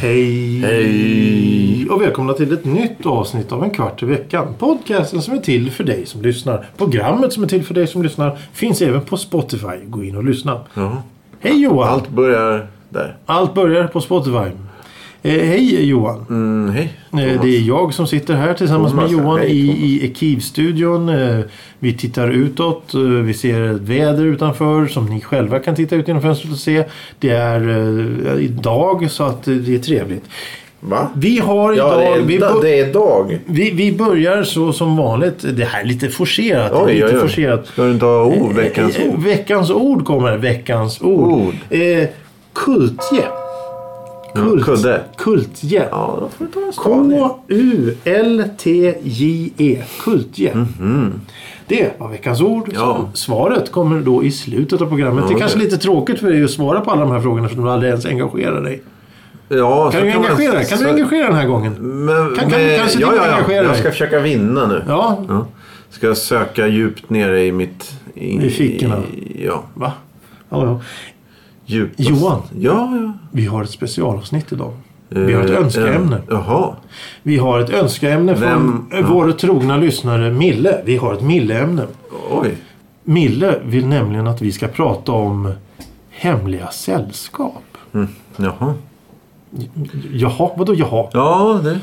Hej. Hej. Och välkomna till ett nytt avsnitt av En kvart i veckan. Podcasten som är till för dig som lyssnar. Programmet som är till för dig som lyssnar finns även på Spotify. Gå in och lyssna. Ja. Hej Johan! Allt, Allt börjar där. börjar på Spotify. Eh, hej Johan! Mm, hej. Eh, Det är jag som sitter här tillsammans med Thomas, Johan hej, i, Thomas. i Ekivstudion. Eh, Vi tittar utåt. eh, Vi ser ett väder utanför som ni själva kan titta ut genom fönstret och se. Det är eh, idag så att eh, det är trevligt. Va? Vi har idag... Ja, det är, vi, da, bör- det är dag. vi, vi börjar så som vanligt. Det här är lite forcerat. det är lite forcerat. Ska du inte ha ord? Veckans Eh, eh, ord. Veckans ord kommer. Veckans ord. Ord. Eh, kultje. Kult, kudde. Kultje. Ja, då får du ta en stadig. K-U-L-T-J-E. E. Kultje. Det var veckans ord. Mhm. Ja. Svaret kommer då i slutet av programmet. det är okej. kanske lite tråkigt för dig att svara på alla de här frågorna för du aldrig ens engagerar dig. Ja, Kan så du man- engagera dig? Kan så- du engagera den här gången? Men, Kan- kan- men, kanske ja, du ja, ja. engagerar Jag dig? ska försöka vinna nu. Ja. Ja. Ska jag söka djupt nere i mitt... I, I fickorna. i- Ja, Va? Ja, ja. djupast. Johan. Ja, ja. Vi har ett specialavsnitt idag. Vi har ett Eh, önskeämne. eh, Jaha. Vi har ett önskeämne från eh, Vem? Ja. vår trogna lyssnare Mille. Vi har ett Milleämne. Oj. Mille vill nämligen att vi ska prata om hemliga sällskap. Mm. Jaha. Jaha, vadå jaha? Ja, det...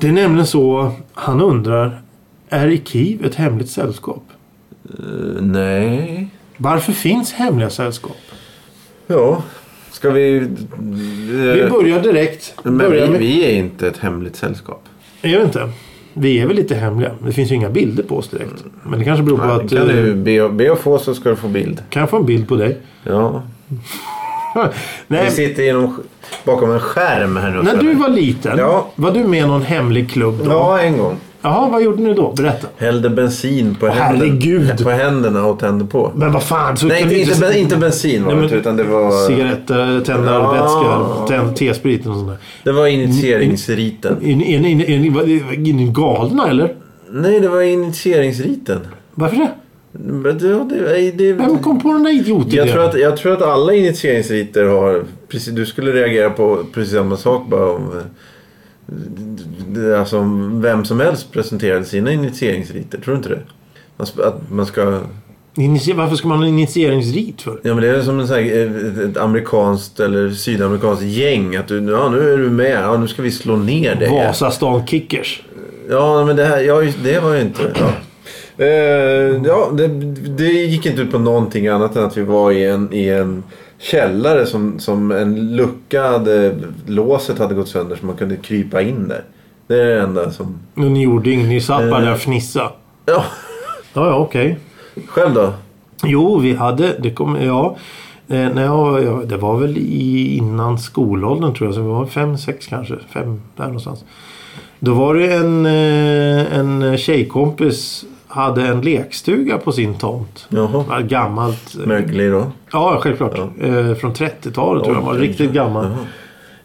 Det är nämligen så, han undrar, är Ikiv ett hemligt sällskap? eh, nej. Varför finns hemliga sällskap? Ja. Ska vi... eh, Vi börjar direkt. Men börjar vi, med- vi är inte ett hemligt sällskap. Är vi inte? Vi är väl lite hemliga. Det finns ju inga bilder på oss direkt. Men det kanske beror på att... kan eh, du be, be att få så ska du få bild. Kan jag få en bild på dig? Ja. Vi Nej, sitter genom, bakom en skärm här nu. när du var liten, Ja. var du med i någon hemlig klubb då? Ja, en gång. Jaha, vad gjorde ni då? Berätta. Hällde bensin på, herregud. på händerna och tände på. Men vad fan, så Nej, kan inte, vi inte, ben, inte bensin var Nej, det men- inte, utan det var... Cigaretter, Ja. tändare, vätska, T-sprit och sånt där. Det var initieringsriten. Är ni, är ni, är ni, vad- är ni galna eller? Nej, det var initieringsriten. Varför det? Men det, det, det, Vem kom på den där idiotidén? jag, tror att, jag tror att alla initieringsriter har... Precis, du skulle reagera på precis samma sak bara om... eh, d- d- Alltså om vem som helst presenterade sina initieringsriter. Tror du inte det? Man, sp- att man ska... Initie- Varför ska man ha en initieringsrit för? Ja men det är som en sån här, eh, ett amerikanskt eller sydamerikanskt gäng. Att du, ja, nu är du med. Ja, nu ska vi slå ner dig. Vasastan Kickers. Ja men det här, ja, just- det var ju inte... Ja. Eh, ja, det, det gick inte ut på någonting annat än att vi var i en, i en källare som, som en lucka hade, låset hade gått sönder så man kunde krypa in där. Det är det enda som... Och Ni gjorde inget, ni satt bara där och fnissade. Ja, Ja, ja, okej. själv då? Jo, vi hade, det kom, ja. Eh, När jag, var- jag, det var väl i, innan skolåldern tror jag, så vi var fem, sex kanske. Fem, där någonstans. Då var det en, eh, en tjejkompis hade en lekstuga på sin tomt. Jaha. Ja, Gammalt. eh, Möglig då? Ja, självklart. Eh, Från 30-talet tror jag. Den var Oj, riktigt gammal.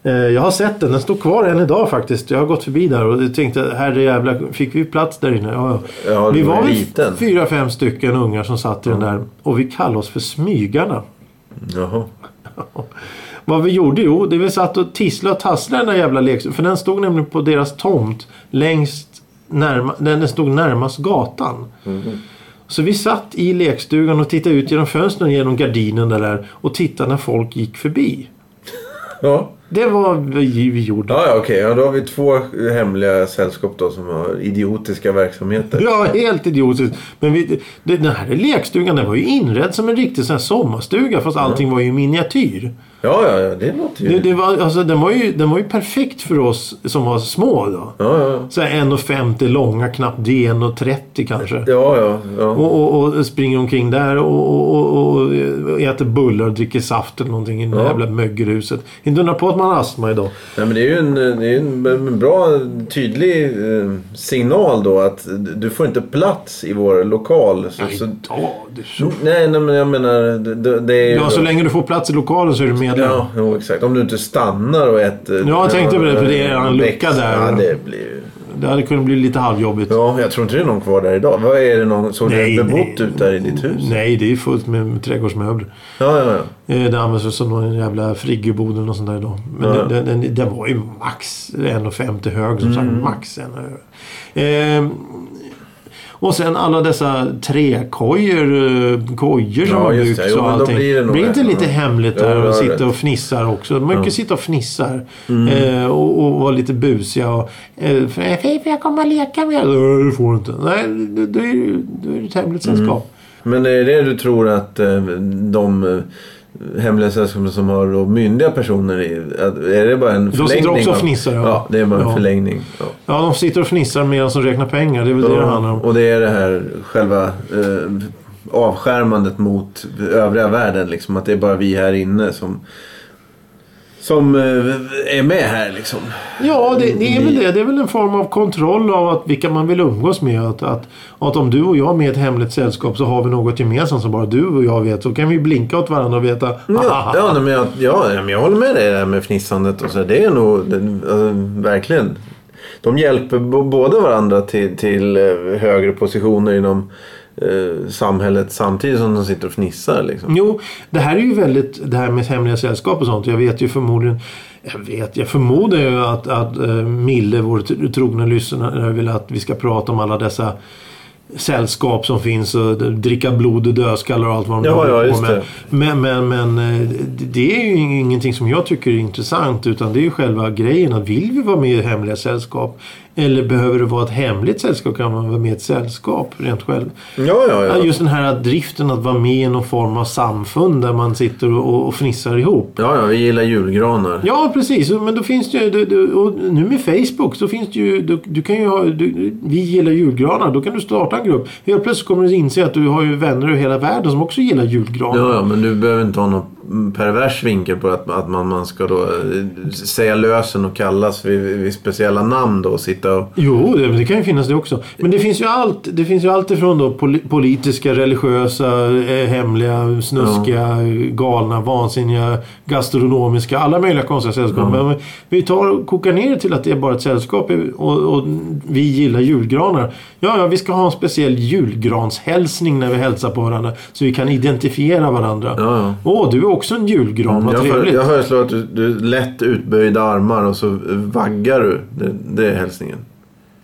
Eh, Jag har sett den. Den står kvar än idag faktiskt. Jag har gått förbi där och jag tänkte herrejävlar, fick vi plats där inne? Ja, ja. Ja, vi du var var väl liten. fyra, fem stycken ungar som satt i den där och vi kallade oss för Smygarna. Jaha. Vad vi gjorde? Jo, det vi satt och tisslade och tasslade den där jävla leksaken. För den stod nämligen på deras tomt längst närma, den den stod närmast gatan. Så vi satt i lekstugan och tittade ut genom fönstren genom gardinen där, där och tittade när folk gick förbi. Ja. Det var vad vi vi gjorde. Ja, ja, okej. Ja, då har vi två hemliga sällskap då som har idiotiska verksamheter. Ja, helt idiotiskt. Men vi, det- den här lekstugan den var ju inredd som en riktig sån här sommarstuga fast allting var ju i miniatyr. Ja, ja, ja. Det låter ju... Det, det var, alltså, den, var ju, den var ju perfekt för oss som var små då. Ja, ja. Så här 1,50 långa, knappt det 1,30 kanske. Ja, ja. ja. Och, och, och springer omkring där och, och, och, och äter bullar och dricker saft eller någonting i det Ja. jävla mögelhuset. Inte undra på att man man astma idag. Nej, men det är ju en, det är en- en bra tydlig eh, signal då att du får inte plats i vår lokal. Så, Nej, så, idag, det är så... nej, nej, men jag menar det- det, det är ju... Ja, så länge du får plats i lokalen så är du medlem. Ja, jo, exakt. Om du inte stannar och äter... Ja, jag tänkte på det, för det är en lucka växt. där. Ja, det blir ju... Det hade kunnat bli lite halvjobbigt. Ja, jag tror inte det är någon kvar där idag. Vad är det någon... Såg det bebott ut där i ditt hus? Nej, det är fullt med trädgårdsmöbler. Ja, ja, ja. Eh, Det används väl som någon jävla friggebod eller något sånt där idag. Men Ja. den, den, den, den var ju max 1,50 hög som Mm. sagt. Max en eh, Och sen alla dessa träkojor, eh, kojor som Ja, har just byggts det. Jo, och men då allting. blir det nog inte det. lite Ja. hemligt Ja, där du och har sitta rätt. och fnissar också? De brukar sitta och fnissar. Mm. Eh, och, och vara lite busiga. Och, eh, för, "Hej, får jag komma och leka med er? Nej, det får du inte. Nej, då- då är det- då är det ett hemligt Mm. sällskap. Men är det du tror att eh, de eh, hemliga sällskapen som har då myndiga personer i, att, är det bara en sitter förlängning? också och av- fnissar, ja. ja. det är bara en Ja. förlängning. Ja. Ja, de sitter och fnissar medan de räknar pengar. Det är väl det det handlar om. Och det är det här själva eh, avskärmandet mot övriga världen. Liksom, att det är bara vi här inne som, som eh, är med här liksom. Ja, det, det är väl det. Det är väl en form av kontroll av att vilka man vill umgås med. Att, att, att om du och jag är med i ett hemligt sällskap så har vi något gemensamt som bara du och jag vet. Så kan vi blinka åt varandra och veta. Ja, ja, nej, men jag, ja, nej, men jag håller med dig där med fnissandet och så. här. Det är nog det, eh, verkligen. De hjälper b- båda varandra till, till eh, högre positioner inom eh, samhället samtidigt som de sitter och fnissar. Liksom. Jo, det här är ju väldigt, det här med hemliga sällskap och sånt. Jag vet ju förmodligen, jag vet, jag förmodar ju att, att eh, Mille, vår t- trogna lyssnare, vill att vi ska prata om alla dessa sällskap som finns och d- dricka blod och dödskallar och allt vad de Ja, håller ja, på just med. det. Men, men, men eh, det- det är ju ingenting som jag tycker är intressant utan det är ju själva grejen att vill vi vara med i hemliga sällskap eller behöver det vara ett hemligt sällskap kan man vara med i ett sällskap rent själv. Ja, ja, ja. Mm. Ja, just den här driften att vara med i någon form av samfund där man sitter och, och fnissar ihop. ja, ja, vi gillar julgranar. Ja, precis. Men då finns det ju... det- det- Och nu med Facebook så finns det ju... Du, du kan ju ha, du, vi gillar julgranar. Då kan du starta en grupp. Helt plötsligt kommer du inse att du har ju vänner över hela världen som också gillar julgranar. Ja, ja, men du behöver inte ha någon pervers vinkel på att, att man, man ska då eh, säga lösen och kallas vid, vid speciella namn då och sitta och... Jo, det, det kan ju finnas det också. Men det finns ju allt. Det finns ju allt ifrån då poli- politiska, religiösa, eh, hemliga, snuskiga, galna, vansinniga, gastronomiska. Alla möjliga konstiga sällskap. Men om vi tar och kokar ner det till att det är bara ett sällskap och, och vi gillar julgranar. Ja, ja, vi ska ha en speciell julgranshälsning när vi hälsar på varandra. Så vi kan identifiera varandra. Ja, ja. Mm, Åh, du är också en julgran. Vad Jag, för, trevligt. jag föreslår att du, du lätt utböjda armar och så vaggar du. Det, det är hälsningen.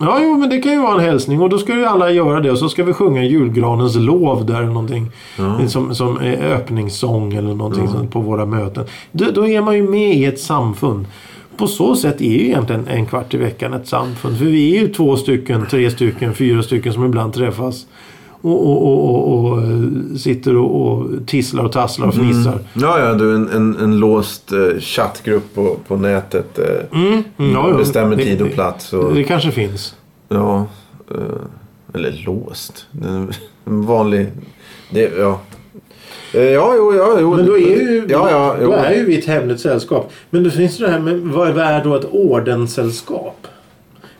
Ja, jo, men det kan ju vara en hälsning och då ska ju alla göra det och så ska vi sjunga julgranens lov där eller någonting. Som, som eh, öppningssång eller någonting sånt på våra möten. Då, då är man ju med i ett samfund. På så sätt är ju egentligen en kvart i veckan ett samfund. För vi är ju två stycken, tre stycken, fyra stycken som ibland träffas. Och, och, och, och, och eh, sitter och, och tisslar och tasslar och fnissar. Ja, ja, du en, en, en låst eh, chattgrupp på, på nätet. Eh, Mm, ja, ja. bestämmer Det- tid och det- plats. Och, Det kanske finns. ja, eh, eller låst. Det är En vanlig... Det, ja. Eh, ja, jo, ja, jo. Men då är ju, Ja, ja, jo. då är ju vi ett hemligt sällskap. Men då finns det det här med vad vad är då ett ordenssällskap?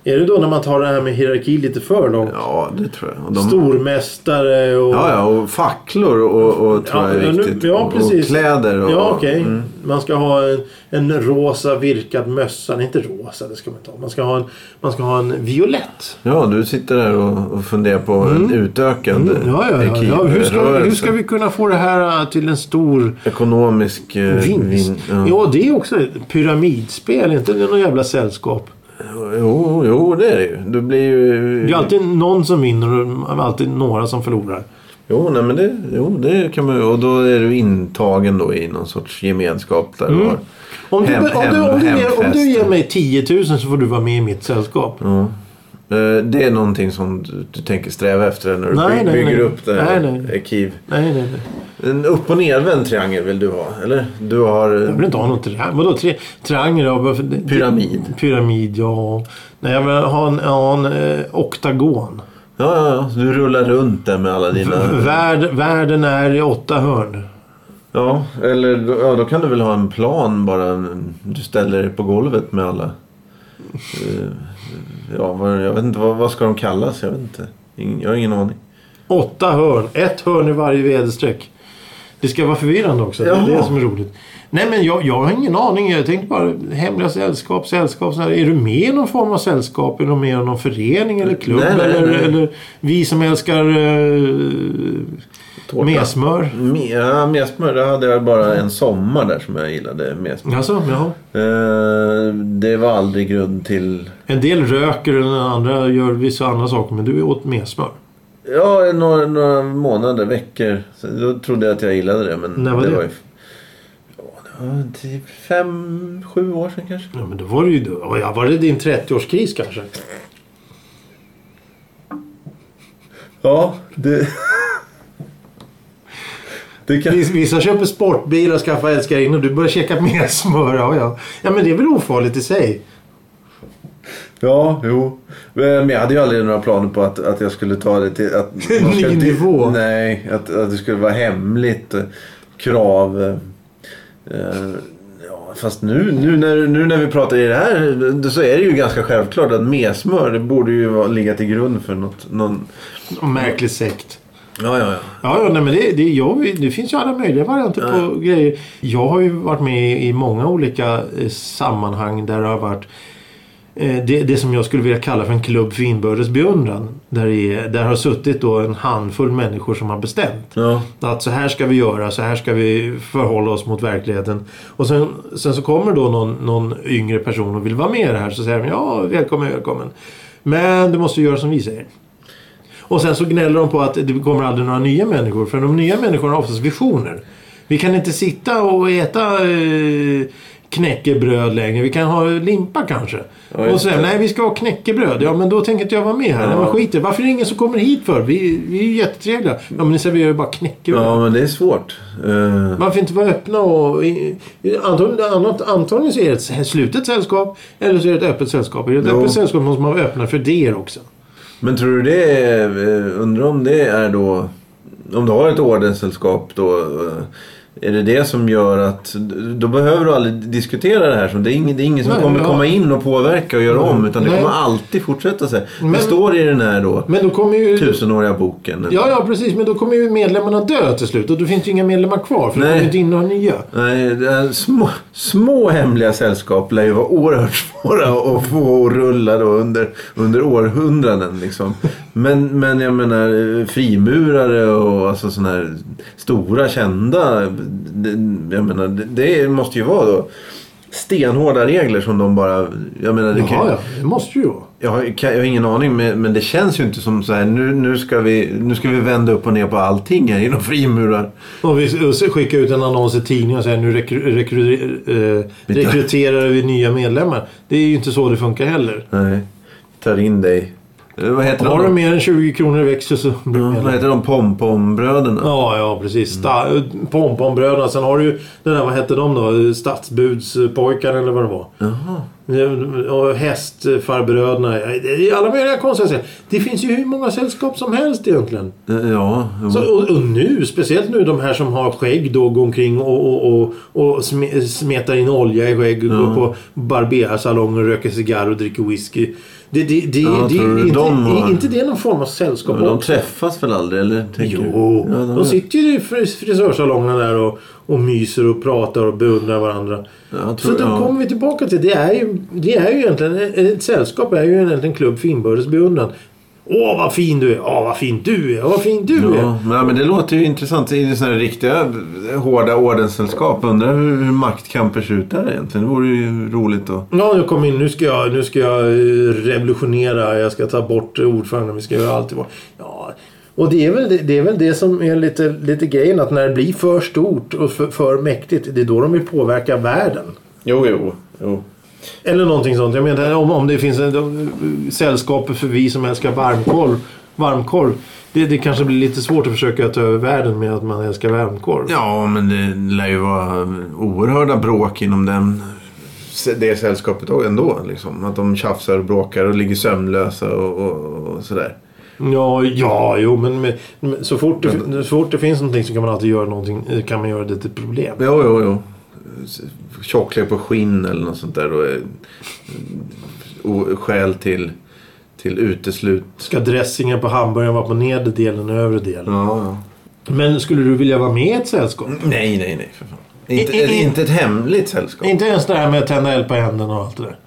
Är det då när man tar det här med hierarki lite för långt? Ja, det tror jag. Och de- Stormästare och... Ja, ja, och facklor och, och tror jag är men nu- viktigt. ja, precis. Och kläder. Och, Ja, okej. mm. Man ska ha en, en rosa virkad mössa. Nej, inte rosa, det ska man inte ha. Man ska ha en, man ska ha en violett. Ja, du sitter där och, och funderar på en utökad mm. Ja, ja, ja. ja hur, ska, hur ska vi kunna få det här äh, till en stor... Ekonomisk eh, Vinst. vin- ja. Ja, det är också ett pyramidspel. Inte det är något jävla sällskap. Jo, jo, det är det ju. Du blir ju... Det är alltid någon som vinner och alltid några som förlorar. Jo, nej, men det, jo, det kan man ju... Och då är du intagen då i någon sorts gemenskap där du har... Mm. Om du, Hem- om, du, om, du, hem- ger, om du hemfest. Mm. ger mig 10 000 så får du vara med i mitt sällskap. Eh, Det är någonting som du, du tänker sträva efter när du Nej, by- nej, bygger nej. upp det här Nej, nej. arkiv. Nej, nej, nej. En upp och nervänd triangel vill du ha, eller? Du har... eh, Jag vill inte ha någon triangel. Vadå tri triangel? Ja, varför- det- Pyramid. Pyramid, ja. Nej, jag vill ha en, ja, en eh, oktagon. Ja, Mm. ja, ja. Så Du rullar runt där med alla dina... Värld, världen är i åtta hörn. Ja, eller då- ja, då kan du väl ha en plan bara. en- Du ställer dig på golvet med alla. eh, Ja, vad, jag vet inte, vad, vad ska de kallas? Jag vet inte. Ingen, jag har ingen aning. Åtta hörn. Ett hörn i varje väderstreck. Det ska vara förvirrande också. Det är Jaha. det som är roligt. Nej men jag, jag har ingen aning. Jag tänkte bara hemliga sällskap, sällskap. Så här. Är du med i någon form av sällskap? Är du med i någon förening eller klubb? Nej, nej, eller, nej. eller vi som älskar eh, Tårta. mesmör? Me- Ja, mesmör, det hade jag bara en sommar där som jag gillade mesmör. Alltså, ja. Eh, det var aldrig grund till... En del röker och den andra gör vissa andra saker. Men du åt mesmör. Ja, några, några månader, veckor. Så då trodde jag att jag gillade det. Men När var det? var ju... Ja, det var typ fem, sju år sedan kanske. Ja men då var det ju... då- ja, Var det din 30-årskris kanske? Ja, det... det kan... Vis- Vissa köper sportbilar och skaffar älskarinna och du börjar käka mer smör. Ja, ja. ja, men det är väl ofarligt i sig. Ja, jo. Men jag hade ju aldrig några planer på att, att jag skulle ta det till... Att Till en man ska- ny nivå. Nej, att, att det skulle vara hemligt. eh, Krav. eh, eh, Ja, fast nu, nu, när, nu när vi pratar i det här eh, så är det ju ganska självklart att mesmör det borde ju vara, ligga till grund för något. Någon... Märklig sekt. Ja, ja, ja. Ja, ja nej, men det, det, jag, det finns ju alla möjliga varianter på grejer. Jag har ju varit med i- i många olika eh, sammanhang där det har varit eh, det, det som jag skulle vilja kalla för en klubb för inbördes beundran. Där, det är, där har suttit då en handfull människor som har bestämt. Ja, Att så här ska vi göra, så här ska vi förhålla oss mot verkligheten. Och sen, sen så kommer då någon, någon yngre person och vill vara med i det här. Så säger de ja, välkommen, välkommen. Men du måste göra som vi säger. Och sen så gnäller de på att det kommer aldrig några nya människor. För de nya människorna har oftast visioner. Vi kan inte sitta och äta eh, knäckebröd längre. Vi kan ha limpa kanske. Ja, just och så säger de, nej vi ska ha knäckebröd. Ja men då tänker inte jag vara med här. Nej, men skit i det. Varför är det ingen som kommer hit för? Vi, vi är ju jättetrevliga. Ja men ni serverar ju bara knäckebröd. ja men det är svårt. Eh, Varför inte vara öppna och... i- i- Antagligen, annat- antagligen så är det ett sä- slutet sällskap eller så är det ett öppet sällskap. Är det ett Jo. öppet sällskap måste man vara öppna för idéer också. Men tror du det är, eh, undrar om det är då, om du har ett ordenssällskap då, eh, är det det som gör att, då behöver du aldrig diskutera det här. som- Det är ingen, det är ingen som Nej, kommer ja. komma in och påverka och göra om utan det Nej. kommer alltid fortsätta så här. Det Men- står i den här då, Men då kommer ju... tusenåriga boken. Ja, ja precis. Men då kommer ju medlemmarna dö till slut och då finns det ju inga medlemmar kvar för då Nej. kommer ju inte in några nya. Nej, det är små, små hemliga sällskap lär ju vara oerhört svåra att få att rulla då under, under århundraden. Liksom. Men, men jag menar eh, frimurare och alltså sådana här stora kända. Det, jag menar, det, det måste ju vara då stenhårda regler som de bara... Jag menar, det Jaha, kan, ju- ja. Det måste ju vara. jag, har, kan, jag har ingen aning men, men det känns ju inte som så här nu, nu, ska vi, nu ska vi vända upp och ner på allting här inom frimurar. Och vi och så skickar ut en annons i tidningen och säger nu rekry, rekry, eh, rekryterar vi nya medlemmar. Det är ju inte så det funkar heller. Nej, tar in dig. Eh, Vad heter Har de? du mer än 20 kronor i växel så blir du medlem. Vad heter de? Pompombröderna? Ja, ja precis. Mm. Sta- Pomponbröderna. Sen har du ju den där, vad hette de då? Stadsbudspojkarna eller vad det var. Jaha. Och hästfarbröderna. Det är Alla möjliga konstiga sällskap. Det finns ju hur många sällskap som helst egentligen. Eh, Ja. jo. Så, och, och nu, speciellt nu de här som har skägg då går omkring och, och, och, och sme, smetar in olja i skägg och går på barbersalonger och röker cigarr och dricker whisky. Det, det, det, Ja, det, tror du är inte, de har- är inte det någon form av sällskap Men de också? träffas väl aldrig? Eller? tänker du? Jo, Ja, de sitter ju i fris- frisörsalongerna där och, och myser och pratar och beundrar varandra. Jag Så tror, då ja. kommer vi tillbaka till det är ju, det är ju egentligen ett sällskap är ju egentligen en klubb för inbördes beundran. Åh vad fin du är! Åh vad fin du är! Åh vad fin du är! Ja, men, ja, men det låter ju intressant. I sådana här riktiga eh, hårda ordenssällskap. Undrar hur, hur maktkamper ser ut där egentligen. Det vore ju roligt att... Ja, nu kom in. Nu ska, jag, nu ska jag eh, revolutionera. Jag ska ta bort eh, ordföranden. Vi ska göra allt det var. Ja. Och det är, väl det, det är väl det som är lite, lite grejen. Att när det blir för stort och för, för mäktigt. Det är då de vill påverka världen. Jo, jo. jo. Eller någonting sånt. Jag menar om, om det finns en, de- sällskap för vi som älskar varmkorv. varmkorv det, det kanske blir lite svårt att försöka ta över världen med att man älskar varmkorv. Ja, men det lär ju vara oerhörda bråk inom den, det sällskapet ändå. Liksom. Att de tjafsar och bråkar och ligger sömnlösa och, och, och sådär. Ja, ja, jo, men, men, men så, fort det, så fort det finns någonting så kan man alltid göra någonting, eh, kan man göra det till ett problem. Jo, jo, jo. Tjocklek på skinn eller något sånt där. Då är, och skäl till, till uteslut. Ska dressingen på hamburgaren vara på nedre delen och övre delen? Ja, ja. Men skulle du vilja vara med i ett sällskap? Nej, nej, nej. För fan. Inte, I- i- inte ett hemligt sällskap. Inte ens det här med att tända eld på händerna och allt det där.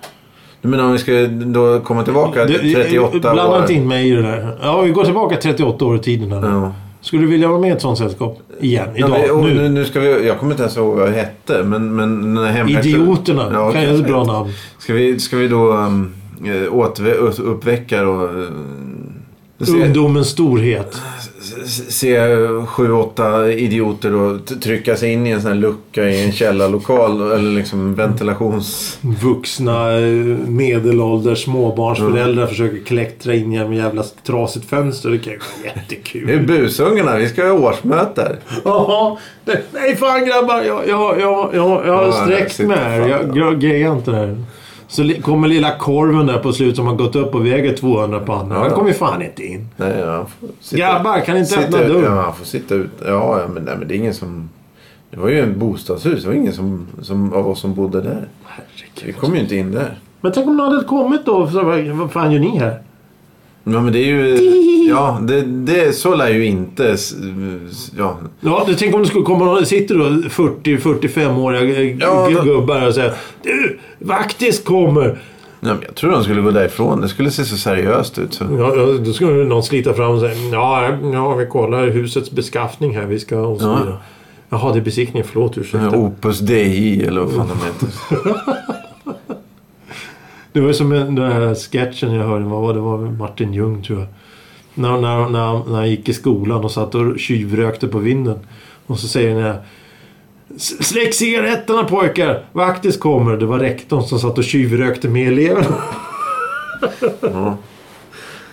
Men om vi ska då komma tillbaka till Du, 38 Blanda år. inte in mig i det där. Ja, vi går tillbaka 38 år i tiden. Här. nu. Ja. Skulle du vilja vara med i ett sånt sällskap? Igen, Ja, idag, men- och nu, nu. nu ska vi, jag kommer inte ens ihåg vad jag hette. Men, men den här hemfesten- Idioterna. Ja, kan jag okej. ett bra namn. Ska vi, ska vi då um, återvä- upp- uppväcka då... ehm, se, Ungdomens storhet. se- se sju, åtta idioter då t- trycka sig in i en sån här lucka i en källarlokal. eller liksom ventilations... Vuxna, eh, medelålders Mm. småbarnsföräldrar försöker klättra in genom jävla trasigt fönster. Det kan ju vara Nu är jättekul. busungarna, vi ska ha årsmöte här. Jaha. det- Nej fan grabbar, jag, jag, jag, jag, jag har Ja, där sträckt sitter mig här. fan, Jag, jag grejar inte det här. Så li- kommer lilla korven där på slut som har gått upp och väger 200 pannor. Han kommer ju fan inte in. Nej, ja, får sitta- Grabbar, kan inte sitta öppna ut- dörren. Ja, han får sitta ut. Ja, ja, men, nej, men det är ingen som... Det var ju en bostadshus. Det var ingen som, som, av oss som bodde där. Vi kom ju inte in där. Men tänk om någon hade kommit då. Så, vad, vad fan gör ni här? Ja, men det är ju... Ja, det, det, så lär ju inte... s- s- Ja, Ja, du, tänk om det skulle komma någon, sitter då 40-45-åriga Ja, ja, då- gubbar här och säger Du! Vaktis kommer! nej, men jag tror de skulle gå därifrån. Det skulle se så seriöst ut. Så. Ja, ja, då skulle någon slita fram och säga ja, ja, vi kollar husets beskaffning här. Vi ska och så Ja. vidare. Jaha, det är besiktningen. Förlåt, ursäkta. Opus Dei eller vad fan de heter. Det var ju som en- den här sketchen jag hörde. Vad var det? det? var Martin Ljung tror jag. När, när, när, han- när han gick i skolan och satt och tjuvrökte på vinden. Och så säger den här. "S- Släck cigaretterna pojkar! Vaktis kommer. Det var rektorn som satt och tjuvrökte med eleverna.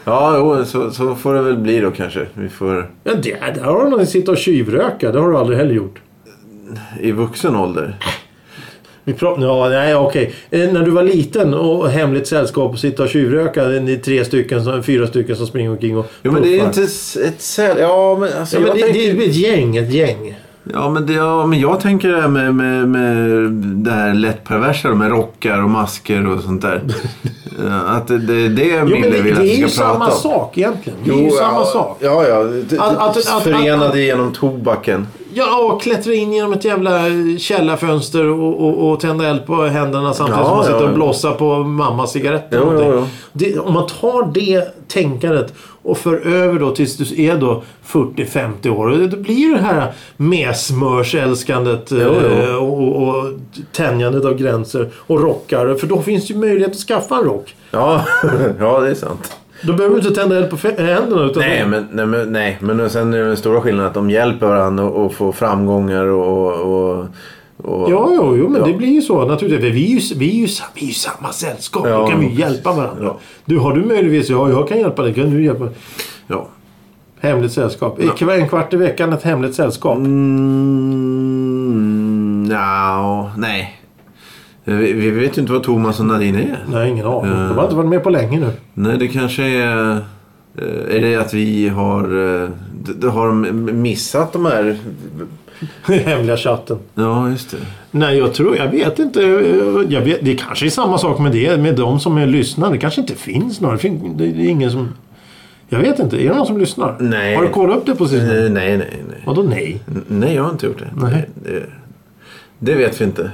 Ja, jo, så, så får det väl bli då kanske. Vi får... Ja, det, där har någon sitta och tjuvröka. Det har du aldrig heller gjort. I vuxen ålder. Vi pra- ja, nej okej. Eh, När du var liten och hemligt sällskap och sitta och tjuvröka. Det är ni tre stycken, som- fyra stycken som springer omkring och Jo, men det är puffar. inte s- ett säl... Ja, men alltså... Ja, men jag det, tänker- det är ett gäng, ett gäng. Ja men, det, ja, men jag tänker det här med, med, med det här lättperversa med rockar och masker och sånt där. Ja, att det, det är det Jo, men Mille det, vill att det är vi ju ska prata samma om. sak egentligen. Det är ju samma ja, sak. Ja, ja. Det- det- Att- att- att- förenade att- genom tobaken. Ja, och klättra in genom ett jävla källarfönster och, och, och tända eld på händerna samtidigt Ja, som man sitter ja, och ja. blossar på mammas cigaretter. Jo, och jo, någonting. Det, om man tar det tänkandet och för över då tills du är då 40-50 år. Då blir det här mesmörsälskandet eh, jo. och, och tänjandet av gränser och rockar. För då finns det ju möjlighet att skaffa en rock. Ja, ja det är sant. Då behöver du inte tända eld på fe- händerna. Utan Nej men, nej, men, nej, men sen är det den stora skillnaden att de hjälper varandra och, och får framgångar och... och, och Ja, jo, jo men Ja. det blir ju så naturligtvis. Vi är ju, vi är ju, sa- vi är ju samma sällskap. Ja, Då kan vi ju precis. hjälpa varandra. Ja. Du, har du möjligtvis... Ja, jag kan hjälpa dig. Kan du hjälpa mig? ja. Hemligt sällskap. I kv- En kvart i veckan ett hemligt sällskap. Mm, nja, nej. Vi, vi vet ju inte vad Thomas och Nadine är. Nej, ingen aning. Eh. De har inte varit med på länge nu. Nej, det kanske är... eh, Är det att vi har... eh, d- d- Har de missat de här... Hemliga chatten. Ja, just det. Nej, jag tror... Jag vet inte. eh, Jag vet, det kanske är samma sak med det. Med de som är lyssnare. Det kanske inte finns några. Det fin- det är ingen som... Jag vet inte. Är det någon som lyssnar? Nej. Har du kollat upp det på sistone? Eh, Nej, nej, nej. Vadå nej? N- Nej, jag har inte gjort det. Nej. Det, det vet vi inte.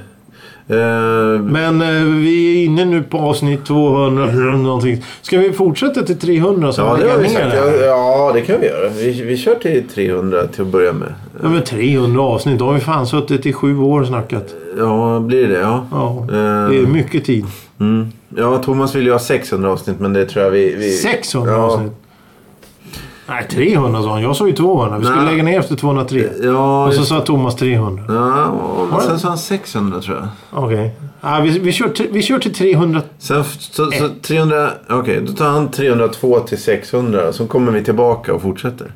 Eh, Men eh, vi är inne nu på avsnitt 200 eller någonting. Ska vi fortsätta till 300 så Ja, vi det har kan vi ner sagt. det Ja, här? ja, det kan vi göra. Vi, vi kör till 300 till att börja med. Ja, men 300 avsnitt. Då har vi fan suttit i sju år och snackat. Ja, blir det ja. Ja, Eh, det är mycket tid. mm. ja, Thomas vill ju ha 600 avsnitt men det tror jag vi... vi... 600 ja. avsnitt. Nej, 300 sa han. Jag sa ju 200. Vi skulle Nej. lägga ner efter 203. Ja, Och så just... sa Thomas 300. ja, men sen sa han 600 tror jag. Okej. Ja, vi, vi, kör, till- vi kör till 300. Sen f- så, så 300, okej då tar han 302 till 600 så kommer vi tillbaka och fortsätter.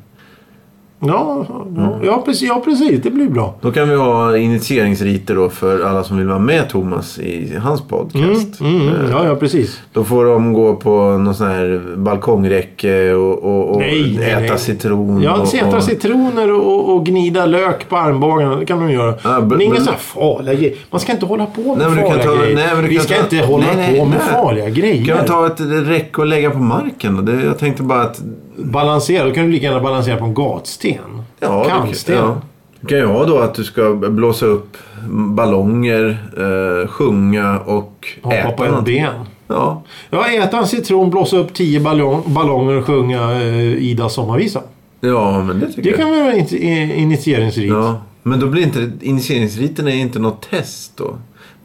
Ja, ja, Mm. ja, precis, ja, precis. Det blir bra. Då kan vi ha initieringsriter då för alla som vill vara med Thomas i hans podcast. Mm, mm, ja, ja, precis. Då får de gå på någon sån här balkongräcke och, och, och Nej, nej, äta nej. citron. Ja, Mm, och, sätta och- citroner och, och, och gnida lök på armbågarna. Det kan de göra. Ja, men bl- inga bl- sådana farliga grejer. Man ska inte hålla på med Nej, men du kan farliga ta- grejer. nej, men du Vi kan ska ta- inte hålla nej, nej, på med nej. farliga grejer. Kan vi ta ett räcke och lägga på marken? då? Det, jag tänkte bara att... Balansera. Då kan du lika gärna balansera på en gatsten. Ja, Kantsten. Du, ja. du kan ju ha då att du ska blåsa upp ballonger, eh, sjunga och Hoppa äta på ett någonting. ben. Ja, Ja, äta en citron, blåsa upp tio ballong, ballonger och sjunga eh, Ida sommarvisa. ja, men det tycker Det jag. kan vara eh, en in- initieringsrit. Ja, men då blir inte det- initieringsriten är inte något test då.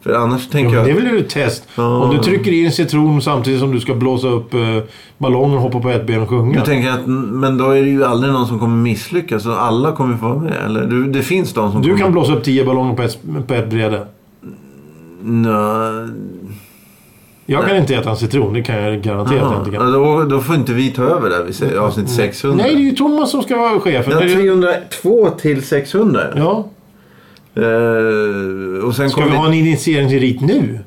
För annars Ja, tänker men jag... det är väl ett test? Ja. Om du trycker i en citron samtidigt som du ska blåsa upp eh, ballonger, hoppa på ett ben och sjunga. Du tänker att, men då är det ju aldrig någon som kommer misslyckas och alla kommer få vara med. Eller du, det finns de som Du kommer... kan blåsa upp tio ballonger på ett, på ett bräde. Nå, Jag kan inte äta en citron, det kan jag garantera att jag aha. inte Ja, kan. då, då får inte vi ta över där vi säger avsnitt 600. Nej, det är ju Thomas som ska vara chefen. Ja, Det är ju- 302 till 600. Ja. Eh, och sen Ska kommer vi ha en initieringsrit nu?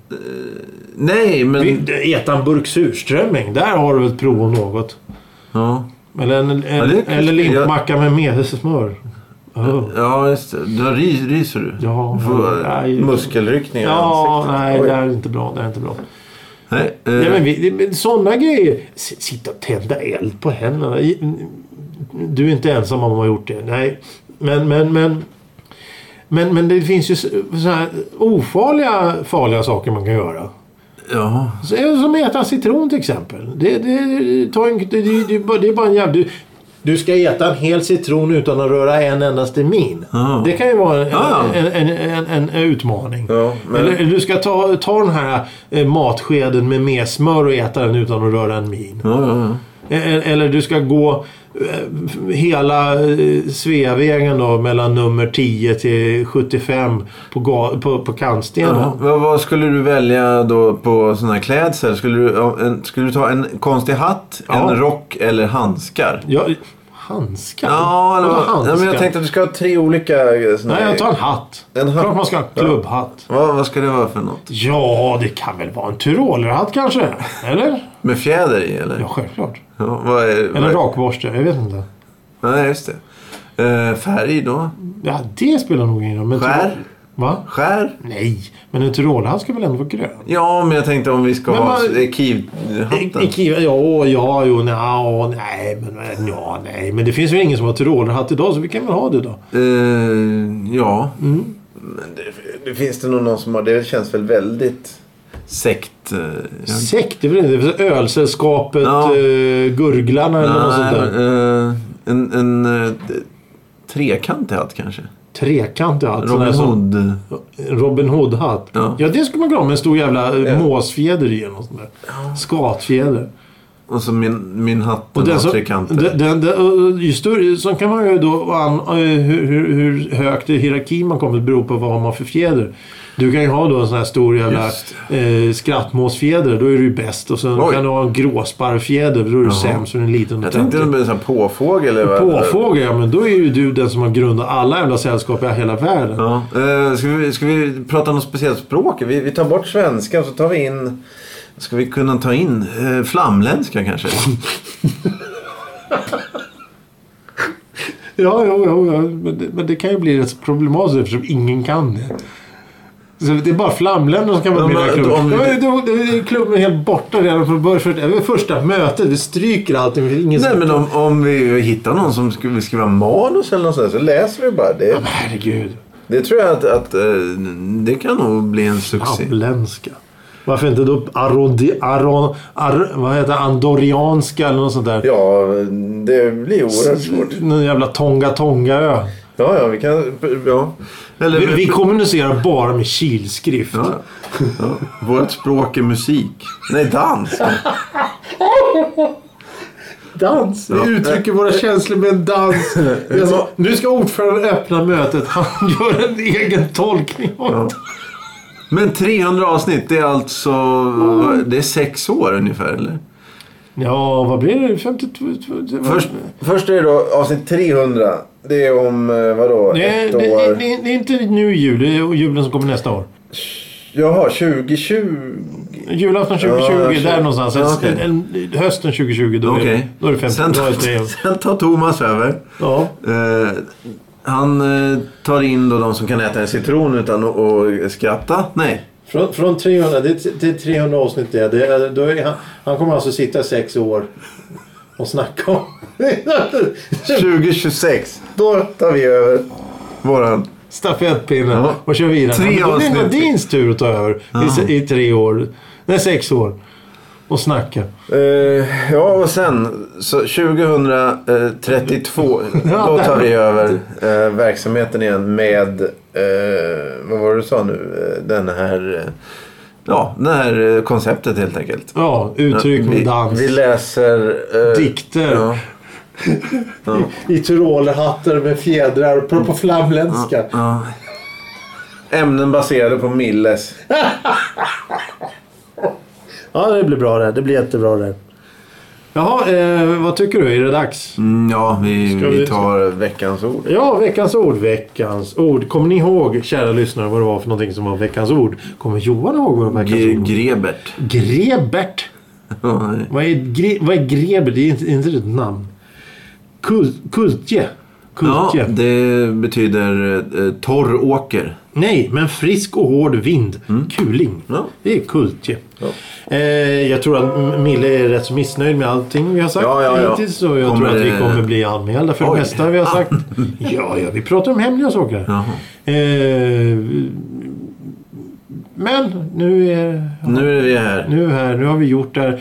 Nej, men... Vi, äta en burk surströmming, där har du väl ett prov om något. Ja. Eller, en, en, det- eller limpmacka med messmör. Oh. ja, just det. Då ry- ryser du. Ja, Du får ja, eh, ja. muskelryckningar i Ja, ansiktet. nej, Oj. det här är inte bra. Det här är inte bra. Nej, eh, Ja, men vi, men sådana grejer. S- Sitta och tända eld på händerna. I- Du är inte ensam om att ha gjort det. Nej, men, men, men. Men, men det finns ju sådana här ofarliga farliga saker man kan göra. ja. Så är det Som att äta citron till exempel. Det, det, ta en, det, det, det, är bara- det är bara en jävla... Du, du ska äta en hel citron utan att röra en endaste min. Ja. Det kan ju vara en, Ja. en, en, en, en, en utmaning. Ja, men- Eller du ska ta, ta den här eh, matskeden med messmör och äta den utan att röra en min. Ja, ja, ja. E- Eller du ska gå eh, hela eh, Sveavägen då mellan nummer 10 till 75 på, ga- på, på kantstenen. Ja, vad, vad skulle du välja då på sådana här klädsel? Skulle du, ja, en, skulle du ta en konstig hatt, Ja. en rock eller handskar? Ja, handskar? Ja, eller, Vadå vad- handskar? nej, men jag tänkte att du ska ha tre olika sådana Nej, jag tar en hatt. En hatt. Klart man ska ha en klubbhatt. Vad, vad ska det vara för något? Ja, det kan väl vara en tyrolerhatt kanske? Eller? Med fjäder i eller? Ja, självklart. Ja, vad är, vad Eller är, rakborste, jag vet inte. Nej, just det. Eh, färg då? Ja, det spelar nog ingen roll. Men Skär? Va? Skär? Nej, men en tyrolerhatt ska väl ändå vara grön? Ja, men jag tänkte om vi ska Men ha vad- eh, kivhatten. I, i Kiva, ja, åh, ja, jo, nja, åh, nej, men ja, nej. Men det finns väl ingen som har tyrolerhatt idag, så vi kan väl ha det då. Eh, ja. Mm. Men det, det finns det nog någon som har... Det känns väl väldigt... Sekt... eh, jag- Sekt, det är väl det? Det är väl Ölsällskapet, Ja. eh, Gurglarna eller något sånt där. eh, en en eh, trekantig hatt kanske? Trekantig hatt. sån här Robin som- Hood. Alltså, Robin Hood-hatt. Ja. Ja. det skulle man kunna ha med en stor jävla eh, Ja. måsfjäder i. eller något sånt där. Skatfjäder. Och så min, min hatt Och har den som, tre kanter. den, den, den, och ju större, så kan man ju då an, eh, hur, hur, hur högt i hierarkin man kommer bero på vad man har för fjäder. Du kan ju ha då en sån här stor jävla Just eh, skrattmåsfjäder. Då är du ju bäst. Och sen Oj. kan du ha en gråsparvfjäder. Då är du sämst. Och en liten jag tänkte det töntig. blir en sån här påfågel. Eller vad? Påfågel, ja men då är ju du den som har grundat alla jävla sällskap i hela världen. Ja. Eh, ska, vi, ska vi prata något speciellt språk? Vi, vi tar bort svenskan så tar vi in... Ska vi kunna ta in eh, flamländska kanske? Ja, ja, ja, ja. Men, det, men det kan ju bli rätt problematiskt eftersom ingen kan det. Så det är bara flamländer som kan vara Ja, med i den här men om klubben. vi- Ja, men då- då är klubben helt borta redan från början. För- även Första mötet, vi stryker allting. det är Ingen Nej som- men om, om vi hittar någon som skulle vill skriva manus eller något sånt så läser vi bara. Det, Herregud. det tror jag att, att eh, det kan nog bli en succé. Flamländska. Varför inte då arodi, aron, ar, vad heter det? andorianska eller något sånt där? Ja, det blir oerhört svårt. Någon jävla Tonga-Tonga-ö. Ja, ja, vi kan... Ja. Eller, Vi, vi kommunicerar bara med kilskrift. ja. Ja. Vårt språk är musik. Nej, dans. Dans. Vi Ja. uttrycker våra känslor med en dans. Det är så- nu ska ordföranden öppna mötet. Han gör en egen tolkning av det. Men 300 avsnitt, det är alltså... Det är sex år ungefär, eller? Ja, vad blir det? 52? det var- Först, först är det då avsnitt 300. Det är om, eh, vadå, det, är- ett det, år? det, det, det är inte nu i jul. Det är julen som kommer nästa år. Jaha, 2020? Julafton 2020, Ja, där tjugo- någonstans. Ja, okej. en, en, hösten 2020, då, är, det- då är det 50. Sen, då är det tre. tar, sen tar Thomas över. Ja. Eh, han eh, tar in då de som kan äta en citron utan att att skratta. Nej. Från, från 300, det är, det är 300 avsnitt det. det är, då är han, han kommer alltså sitta sex år och snacka om... 2026. Då tar vi över våran. Stafettpinnen Ja. och kör vidare. Tre Men då blir det avsnitt. Nadins tur att ta över i, se- i tre år. Nej, sex år. Och snacka. Eh, ja, och sen så 2032. då tar vi över eh, verksamheten igen med, eh, vad var det du sa nu, Eh, den här, eh, ja, det här eh, konceptet helt enkelt. Ja, uttryck med vi, dans. Vi läser... eh, Dikter. Ja. I, I tyrolerhattar med fjädrar på, på flamländska. ja. Ämnen baserade på Milles. Ja, det blir bra det. Det blir jättebra det. Jaha, eh, vad tycker du? Är det dags? Mm, ja, vi, Ska vi vi- tar veckans ord. Ja, veckans ord. Veckans ord. Kommer ni ihåg, kära lyssnare, vad det var för någonting som var veckans ord? Kommer Johan ihåg vad det var veckans ord? Grebert. Grebert. Vad är, gre, vad är Grebert? Det är inte, inte ett namn. Kul, kultje. ja, Kultje. det betyder eh, torr åker. Nej, men frisk och hård vind. Kuling. Mm. Ja. Det är kultje. Eh, jag tror att M- Mille är rätt så missnöjd med allting vi har sagt Ja, ja, ja. hittills. Så jag Kommer tror att vi det- kommer bli anmälda för Oj. det mesta vi har sagt. ja, ja, vi pratar om hemliga saker. Jaha. Eh, men nu är, Nu är vi här. nu, här, nu har vi gjort det här.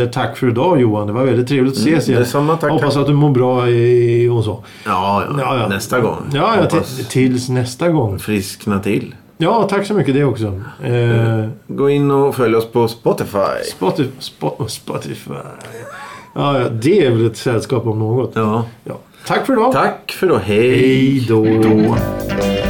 Eh, tack för idag Johan. Det var väldigt trevligt att ses igen. Mm, detsamma, tack, Hoppas att du mår bra eh, och så. Ja, ja. Ja, ja. nästa gång. Ja, ja Hoppas till, tills nästa gång. friskna till. Ja, tack så mycket det också. Eh, Gå in och följ oss på Spotify. Spotify. Spotify. Ja, ja, det är väl ett sällskap om något. Ja. Ja. Tack för idag. Tack för då. Hej Hej då. då.